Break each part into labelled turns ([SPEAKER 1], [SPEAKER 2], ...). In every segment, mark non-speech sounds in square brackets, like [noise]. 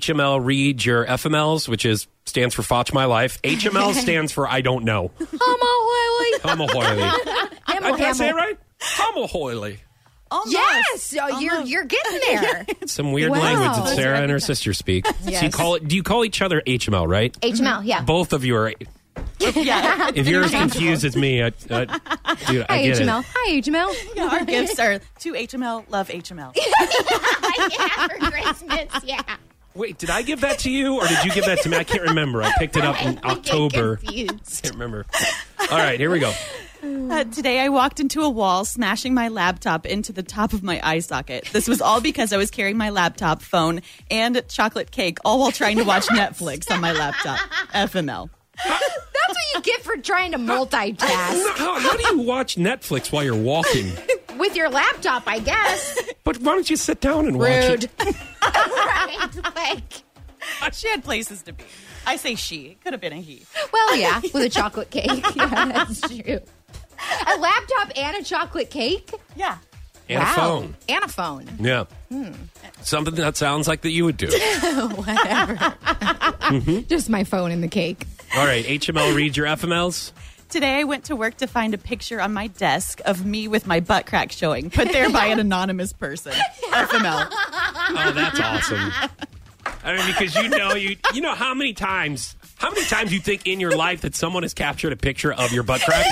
[SPEAKER 1] HML reads your FMLs, which is stands for Fotch My Life.
[SPEAKER 2] [laughs]
[SPEAKER 1] HML stands for I don't know.
[SPEAKER 2] Homo
[SPEAKER 1] Homohoily.
[SPEAKER 2] Hamill,
[SPEAKER 1] Did [laughs] I say it right? Homohoily.
[SPEAKER 3] Almost.
[SPEAKER 2] Yes, oh, you're
[SPEAKER 3] Almost.
[SPEAKER 1] [laughs]
[SPEAKER 2] you're getting there. [laughs]
[SPEAKER 1] It's some weird
[SPEAKER 2] Wow.
[SPEAKER 1] language that
[SPEAKER 2] Those
[SPEAKER 1] Sarah and her sister speak. So you call it, do you call each other HML, right?
[SPEAKER 2] HML, yeah.
[SPEAKER 1] Both of you are.
[SPEAKER 3] [laughs] [laughs] Yeah.
[SPEAKER 1] If you're as confused as me, I, I, dude, I
[SPEAKER 2] Hi
[SPEAKER 1] get
[SPEAKER 2] HML.
[SPEAKER 1] it.
[SPEAKER 2] Hi
[SPEAKER 1] [laughs]
[SPEAKER 2] HML.
[SPEAKER 3] Our gifts are to HML, love HML.
[SPEAKER 2] [laughs] yeah, for Christmas. Yeah.
[SPEAKER 1] Wait, did I give that to you or did you give that to me? I can't remember. I picked it up
[SPEAKER 2] [laughs]
[SPEAKER 1] in October. I can't remember. All right, here we
[SPEAKER 2] [laughs]
[SPEAKER 1] go.
[SPEAKER 3] Uh, today I walked into a wall, smashing my laptop into the top of my eye socket. This was all because I was carrying my laptop, phone, and chocolate cake, all while trying to watch Netflix on my [laughs] laptop. FML.
[SPEAKER 2] That's what you get for trying
[SPEAKER 1] [laughs]
[SPEAKER 2] to multitask
[SPEAKER 1] No, How, how do you watch Netflix while you're walking?
[SPEAKER 2] with your laptop, I
[SPEAKER 1] [laughs]
[SPEAKER 2] guess.
[SPEAKER 1] But why don't you sit down and watch it?
[SPEAKER 2] right? Like,
[SPEAKER 3] She had places to be. I say she. It could have been a he.
[SPEAKER 2] well, yeah, with a chocolate cake.
[SPEAKER 1] [laughs]
[SPEAKER 2] Yeah, that's true. A laptop and a chocolate cake.
[SPEAKER 3] Yeah.
[SPEAKER 1] And
[SPEAKER 2] wow.
[SPEAKER 1] a phone.
[SPEAKER 2] And
[SPEAKER 1] [laughs]
[SPEAKER 2] a phone.
[SPEAKER 1] Yeah. Something that sounds like that you would do.
[SPEAKER 2] [laughs]
[SPEAKER 1] [laughs]
[SPEAKER 2] Just my phone and the cake.
[SPEAKER 1] All right, HML read your FMLs.
[SPEAKER 3] Today I went to work to find a picture on my desk of me with my butt crack showing, put there by [laughs] an anonymous person. FML.
[SPEAKER 1] Oh, that's awesome. I mean, because you know you you know how many times how many times you think in your life that someone has captured a picture of your butt crack.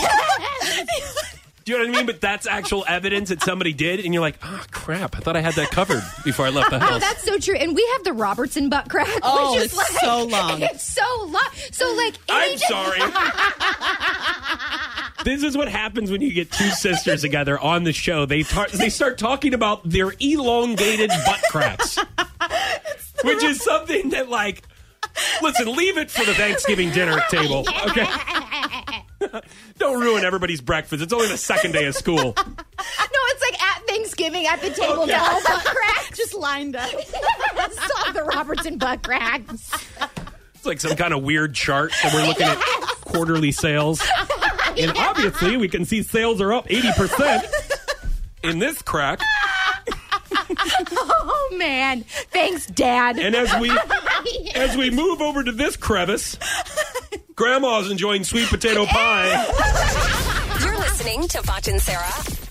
[SPEAKER 1] Do you know what I mean? But that's actual evidence that somebody did, and you're like, oh crap! I thought I had that covered before I left the
[SPEAKER 2] Oh,
[SPEAKER 1] house.
[SPEAKER 2] that's so true. And we have the Robertson butt crack. [laughs]
[SPEAKER 3] Oh,
[SPEAKER 2] which is
[SPEAKER 3] it's
[SPEAKER 2] like,
[SPEAKER 3] so long.
[SPEAKER 2] [laughs] It's so long. So, like, any
[SPEAKER 1] I'm sorry. this is what happens when you get two sisters together on the show. They tar- they start talking about their elongated butt cracks, which is something that like. Listen, leave it for the Thanksgiving dinner table. Okay. Don't ruin everybody's breakfast. It's only the second day of school.
[SPEAKER 2] [laughs] No, it's like at Thanksgiving at the table,
[SPEAKER 1] Okay.
[SPEAKER 2] they're all
[SPEAKER 3] [laughs]
[SPEAKER 2] butt cracks. [laughs]
[SPEAKER 3] Just [laughs] lined up.
[SPEAKER 2] Solve the Robertson butt cracks.
[SPEAKER 1] It's like some kind of weird chart that we're looking at quarterly sales. And obviously, we can see sales are up 80% in this crack.
[SPEAKER 2] [laughs] Oh man! Thanks, Dad.
[SPEAKER 1] And as we
[SPEAKER 2] [laughs]
[SPEAKER 1] as we move over to this crevice, Grandma's enjoying sweet potato pie.
[SPEAKER 4] You're listening to Foch and Sarah